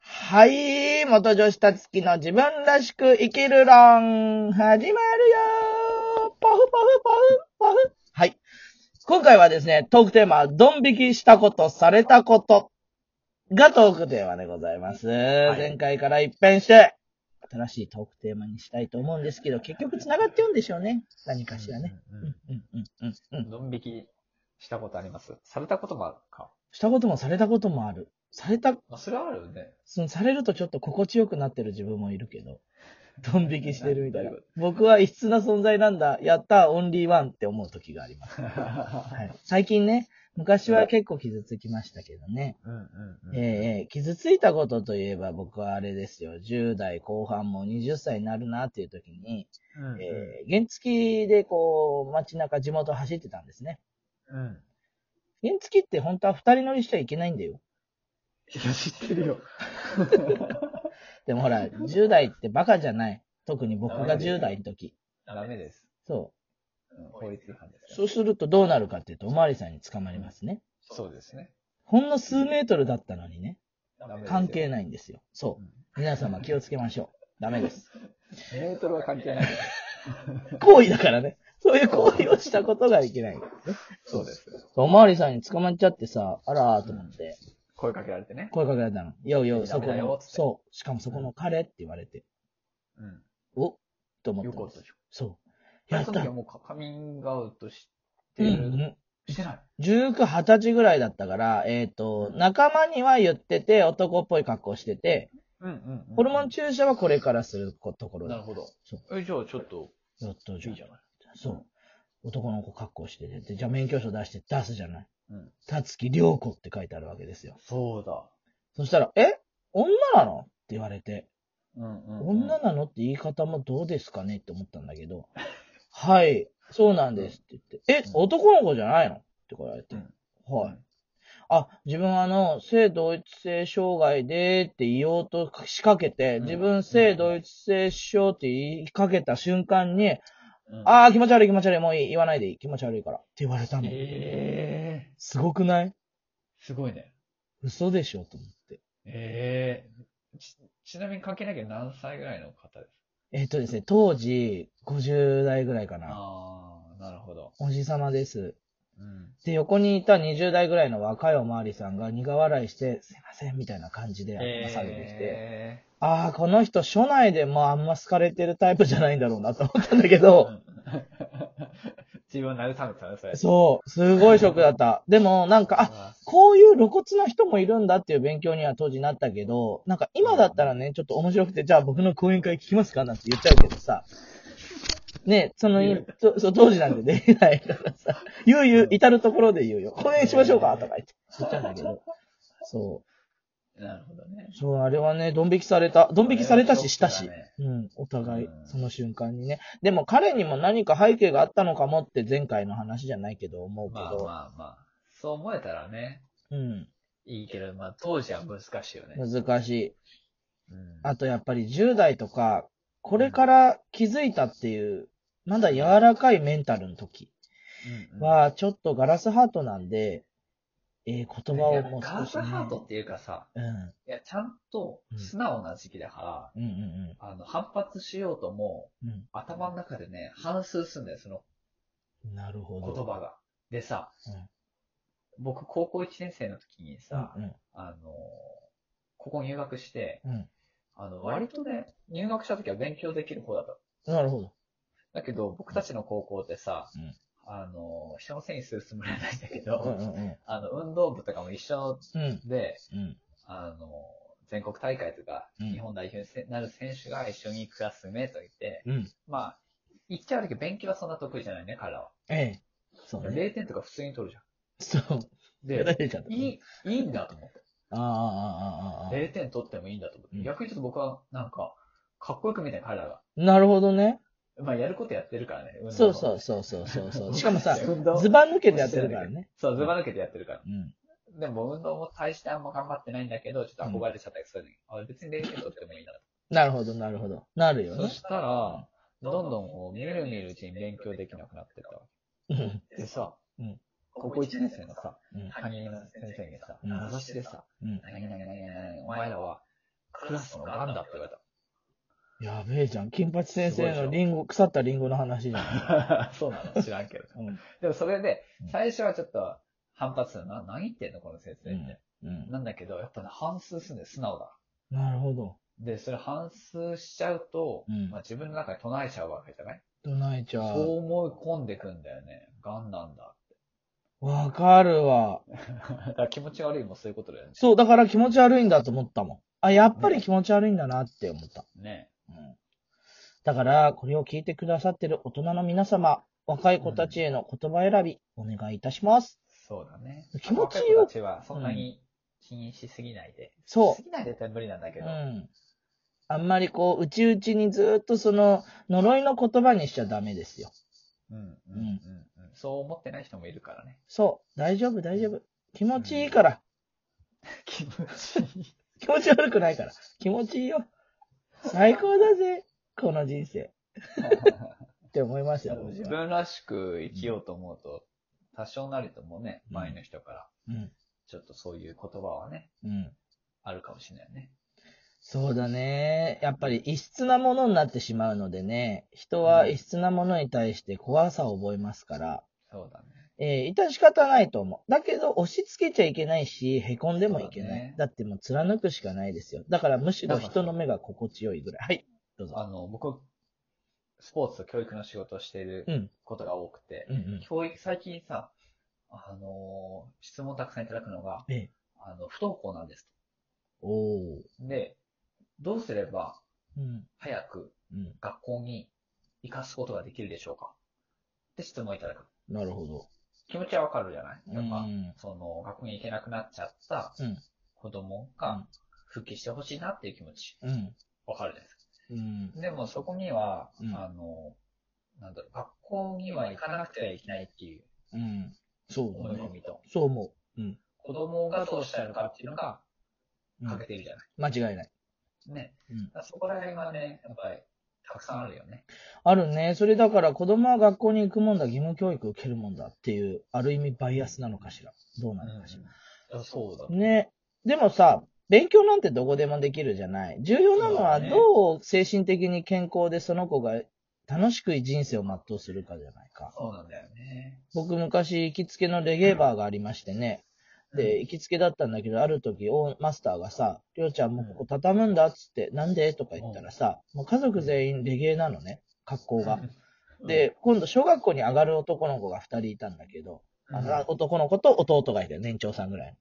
はい、元女子たつきの自分らしく生きる論、始まるよパフパフパフパフはい。今回はですね、トークテーマは、ドン引きしたこと、されたことがトークテーマでございます。い前回から一変して、新しいトークテーマにしたいと思うんですけど、結局繋がってるんでしょうね。何かしらね。うんうんうんうんうんううんん。。ドン引きしたことありますされたこともあるか。したこともされたこともある。されたまあ、それはあるよ ね。そのされるとちょっと心地よくなってる自分もいるけど、ドン引きしてるみたいななる。僕は異質な存在なんだ。やったー、オンリーワンって思う時があります。はい、最近ね、昔は結構傷つきましたけどね。うんうんうん。ええええ傷ついたことといえば僕はあれですよ。10代後半も20歳になるなっていう時に、うんうんええ原付でこう、街中、地元走ってたんですね。うん。原付って本当は二人乗りしちゃいけないんだよ。いや、知ってるよ。でもほ ら、10代ってバカじゃない。特に僕が10代の時。ダメです。そう。うん法律違反ですかそうするとどうなるかっていうと、おまわりさんに捕まりますね。ら。そうですね。ほんの数メートルだったのにね、関係ない。ないんですよ。そう。皆様気をつけましょう。ダメです。メートルは関係ない。行為だからね。そういう行為をしたことがいけない。そうです。おまわりさんに捕まっちゃってさ、あらーと思って、声かけられてね。声かけられたの。よいよい、そこダメだよのっ、つってそう。しかもそこの彼って言われて、うおっと思っん。よたかんっでたすでしそう。ょ。やっそのた時は。もうカカミングアウトしうてんうる。んしてない。 19、20歳ぐらいだったから、えっ、と、仲間には言ってて、男っぽい格好してて、うんうんうんホルモン注射はこれからすることころなるだ。ほど。そう。え、じゃあちょっと、やっといいじゃんじゃない。そう。男の子格好してて、でじゃあ免許証出して出すじゃない。うん。たつきりょうこって書いてあるわけですよ。そうだ。そしたら、え女なのって言われて、うんうんうん。女なのって言い方もどうですかねって思ったんだけど、はい、そうなんですって言って、えう、ん男の子じゃないのって言われてう、んはい。あ、自分はあの、性同一性障害でって言おうと仕掛けて、うん自分性同一性症って言いかけた瞬間に、うんああ、気持ち悪い気持ち悪い、もういい、言わないでいい、気持ち悪いから。って言われたの。ええすごくないすごいね。嘘でしょと思って。ええち、ちなみに関係なきゃ何歳ぐらいの方ですえっとですね、当時、50代ぐらいかかな。ああ、なるほど。おじさまです。うん。で、横にいた20代ぐらいの若いおまわりさんが苦笑いして、すいません、みたいな感じで話されてきて。えああ、この人、署内でもあんま好かれてるタイプじゃないんだろうなと思ったんだけえど、自分を慰めてたね、それ。そう、すごいショックだった。でも、なんか、あ、あ、こういう露骨な人もいるんだっていう勉強には当時なったけど、なんか今だったらね、ちょっと面白くて、じゃあ僕の講演会聞きますかなんて言っちゃうけどさ、ね、その言う、そそう当時なんてで きないからさ、言う言う、至るところで言うよ。講演しましょうかとか言って、言ったんだけど。そう。なるほどね。そう、あれはね、ドン引きされた。ドン引きされたし、したしそれはショックだね。うん、お互いうん、その瞬間にね。でも彼にも何か背景があったのかもって前回の話じゃないけど、思うけまあまど。あまあ。そう思えたらね、うん、いいけど、まあ当時は難しいよね。難しい。うんあとやっぱり10代とか、これから気づいたっていう、まだ柔らかいメンタルの時うんうんは、ちょっとガラスハートなんで、えー、言葉いをやもうガー少し、スね。ハートっていうかさ、うん、いや、ちゃんと素直な時期だから、うん、うんあの、反発しようとも、うん、う頭の中でね、反数するんだよ、そのん。なるほど。言葉が。でさ、うん僕、高校1年生の時にさ、うん、あの、ここ入学して、うんあの、割とね、入学した時は勉強できる方だっうた。ん。なるほど。だけど、僕たちの高校ってさ、うんあの、人のせいにするつもりはないんだうけん、うど、ん、うん。あの、運動部とかも一緒うん、で、うん。あの、全国大会とか、うん日本代表になる選手が一緒にクラスメイトいて、うん。まあ、言っちゃうだけ勉強はそんな得意じゃないね、彼らは。ええ。そうね。 0点とか普通に取るじゃん。そう。やらで、れちゃった。いい、いいんだと思って。ああ、ああ、ああ、ああ。 0点取ってもいいんだと思って。うん逆にちょっと僕は、なんか、かっこよく見たい、彼らが。なるほどね。まあ、やることやってるからね。運動そうそもうそうそうそうそう。しかもさ、 運動ズバ抜けてやってるからね。そう、ずば抜けてやってるから。うん。でも、運動も大してあんま頑張ってないんだけど、ちょっと憧れちゃったりする、あ別に0点取ってもいいんだなるほど、なるほど。なるよそね。したら、どんどんこう、みるみるうちに勉強できなくなってたわうん。け。でさ、うん高校1年生のさ、うん担任の先生にさ、うん名指しでさ、うん。何々何々何々お前らはクラスのガンだって言われた。やべえじゃん。金八先生のリンゴ、腐ったリンゴの話じゃん。 そうなの知らんけど。うん。でもそれでうん、最初はちょっと反発するな。何言ってんのこの先生って。うん。なんだけど、やっぱね、反数するんだよ、素直だ。なるほど。で、それ反数しちゃうと、うんまあ自分の中で唱えちゃうわけじゃないどないちゃそうう。思い込んでくんだよね。ガンなん だ。わかるわ。だから気持ち悪いもそういうことだよね。そう、だから気持ち悪いんだと思ったもん。あ、やっぱり気持ち悪いんだなって思った。ね。うん。だから、これを聞いてくださってる大人の皆様、若い子たちへの言葉選び、お願いいたします。そうだね。気持ちよ若い子たちはそんなに気にしすぎないで。そうしすぎないでって無理なんだけうど。ん。あんまりこう、内々にずーっとその、呪いの言葉にしちゃダメですよ。うん。うん。うん。ううんん。そう思ってない人もいるからね。 そう、大丈夫、大丈夫。気持ちいいから。気持ちいい。気持ち悪くないから。気持ちいいよ。最高だぜ、この人生。って思いますよ、僕は自分らしく生きようと思うと、多少なりともね、前の人から、うん。ちょっとそういう言葉はね、うん。あるかもしれないね。そうだね。やっぱり異質なものになってしまうのでね、人は異質なものに対して怖さを覚えますから、そうだね。えー、致し方ないと思う。だけど、押し付けちゃいけないし、凹んでもいけない。そうだだねってもう貫くしかないですよ。だからむしろ人の目が心地よいぐらい。はい、どうぞ。あの、僕、スポーツと教育の仕事をしているうん。ことが多くて、うんうん。教育、最近さ、あのー質問をたくさんいただくのが、ええ。あの、不登校なんですおー。と。で、どうすればうん。早くうん。学校に行かすことができるでしょうかって質問をいただく。なるほど。気持ちはわかるじゃないやっぱ、うんその、学校に行けなくなっちゃったうん子供うがん復帰してほしいなっていう気持ち、うん。わかるじゃないですか。うん。でもそこには、うんあの、なんだろう、学校には行かなくてはいけないっていううん。そう思だい込ね。みと、そう思う。うん。子供がどうしたいのかっていうのがうん欠けているじゃない。間違いない。ね。うんだからそこら辺はね、やっぱり、たくさんあるよね。あるね。それだから子供は学校に行くもんだ、義務教育受けるもんだっていう、ある意味バイアスなのかしら。どうなのかしうん、そうだら。。ね。でもさ、勉強なんてどこでもできるじゃない。重要なのはそうだねどう精神的に健康でその子が楽しく人生を全うするかじゃないか。そうなんだよね。僕昔行きつけのレゲエバーがありましてね。で、行きつけだったんだけど、ある時、おマスターがさ、りょうちゃんもうここ畳むんだっつって、なんでとか言ったらさ、もう家族全員レゲエなのね、格好が。うん、で、今度小学校に上がる男の子が二人いたんだけど、うん、あの男の子と弟がいて、年長さんぐらい。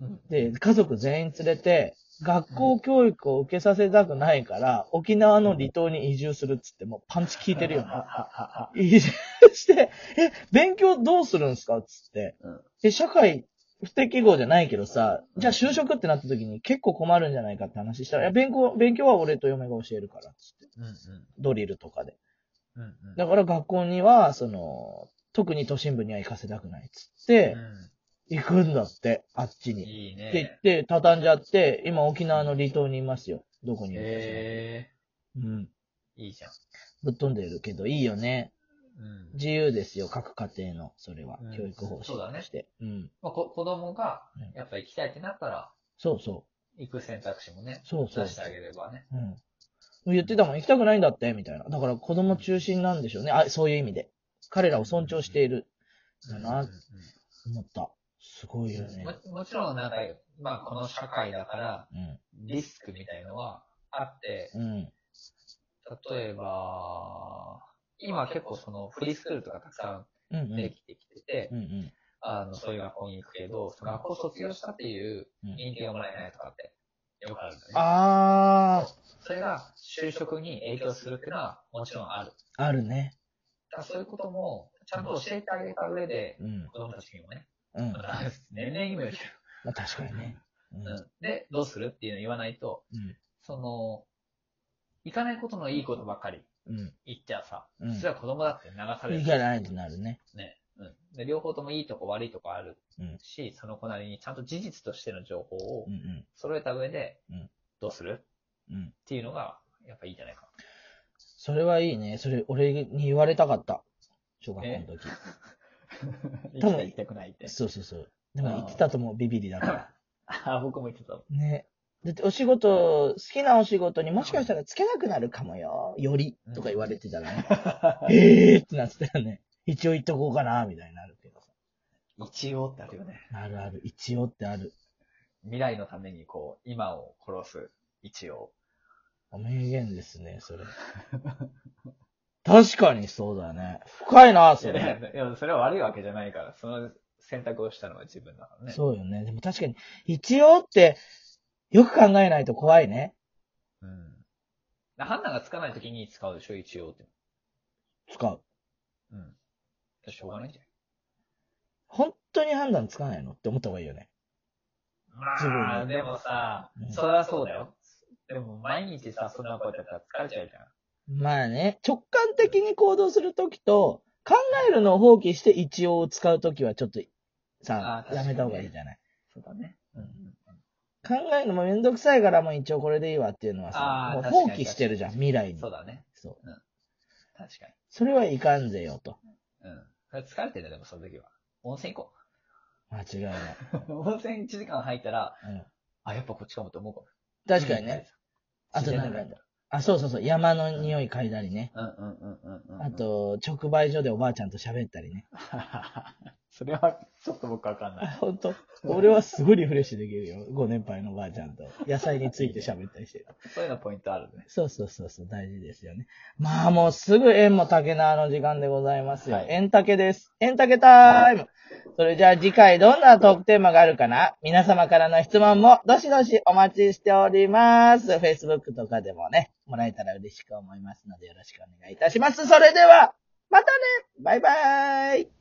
うん、で、家族全員連れて、学校教育を受けさせたくないから、沖縄の離島に移住するっつって、もうパンチ効いてるよな。な。移住して、え、勉強どうするんすかっつってうん。え、社会不適合じゃないけどさ、じゃあ就職ってなった時に結構困るんじゃないかって話したら、いや、勉強、勉強は俺と嫁が教えるから、つって。うん、うん、ドリルとかで。うん、うん。だから学校には、その、特に都心部には行かせたくないっつって、行くんだって、あっちうん、に。いいって言っね。て、畳んじゃって、今沖縄の離島にいますよ。どこにいますかへうん。えいいじゃん。ぶっ飛んでるけど、いいよね。うん。自由ですよ、各家庭の、それは。うん教育方そうだ針ねとして。うん。まあ、こ子供がうん、やっぱ行きたいってなったら、そうそ行く選択肢もねう。、そうそう出し。てあげればね。うん。言ってたもん、行きたくないんだって、みたいな。だから子供中心なんでしょうね。あ、そういう意味で。彼らを尊重している。だなうんうん思った。すごいようんね。ももちろん、なんか、まあ、この社会だから、うん。リスクみたいのはあって、うん。例えば、今結構そのフリースクールとかたくさうんんうん。できてきてて、うんうん。あの、そういう学校に行くけど、その学校卒業したっていう認定がもらえないとかって、よくあるんだよね。あそれが就職に影響するっていうのはもちろんある。ー、あるね。だからそういうことも、ちゃんと教えてあげた上で、うん。子供たちにもね、 うん。ままあ年々今よりあ確かにね。うん。ううんで、どうするっていうのを言わないと、その、行かないことのいいことばっかりん。うん。言っちゃさ、うんそれは子供だって流されいるいじゃないってなるね。ね。うん。で、両方ともいいとこ悪いとこあるうんし、その子なりにちゃんと事実としての情報をうんうん。揃えた上で、うんどうするうん。っていうのが、やっぱいいんじゃな いかそれはいいね。それ、俺に言われたかった。小学校の時。な。多分行きた い行きたくないって。 そうそうそう。でも言ってたと思う、ビビりだから。あ、僕も言ってた。ね。だってお仕事、好きなお仕事にもしかしたらつけなくなるかもよ。より、とか言われてた らね。えーってなってたよね。一応言っとこうかな、みたいになるけどさ。一応ってあるよね。あるある。一応ってある。未来のためにこう、今を殺す。一応。名言ですね、 それ。確かにそうだね。深いな、いそやれ。 いや、それは悪いわけじゃないから、その選択をしたのは自分だからね。そうよね。でも確かに、一応って、よく考えないと怖いね。うん。判断がつかないときに使うでしょ、一応って。使う。うん。しょうがないんじゃ本当に判断つかないのって思った方がいいよね。ない自分まあ、のでもさう、んそれはそうだよ。でも毎日さ、そんなことやったら疲れちゃうじゃん。まあね、直感的に行動するときと、考えるのを放棄して一応を使うときはちょっと、さあ、ーやめた方がいいじゃない。そうだね。うん。考えるのもめんどくさいからもう一応これでいいわっていうのはさあ、ーもう確か放に棄してるじゃん、未来に。そうだね。そう。確かに。それはいかんぜよと。うん。それ疲れてるよ、でもその時は。温泉行こ 間違いない。う。温泉1時間入ったら、うんあ、やっぱこっちかもって思うかも。確かにね。。あとなんか、あ、そうそうそう、山の匂い嗅いだりね。うんうんうんうんうん。あ、と、直売所でおばあちゃんと喋ったりね。 それはちょっと僕わかんない。ほんと。俺はすごいリフレッシュできるよ。ご年配のおばあちゃんと。野菜について喋ったりしてる。そういうのポイントあるね。そうそうそうそう、大事ですよね。まあもうすぐ縁も竹縄の時間でございますよは。い縁竹です。縁竹タイム。それじゃあ次回どんなトークテーマがあるかな皆様からの質問もどしどしお待ちしております。Facebook とかでもね、もらえたら嬉しく思いますのでよろしくお願いいたします。それでは、またねバイバイ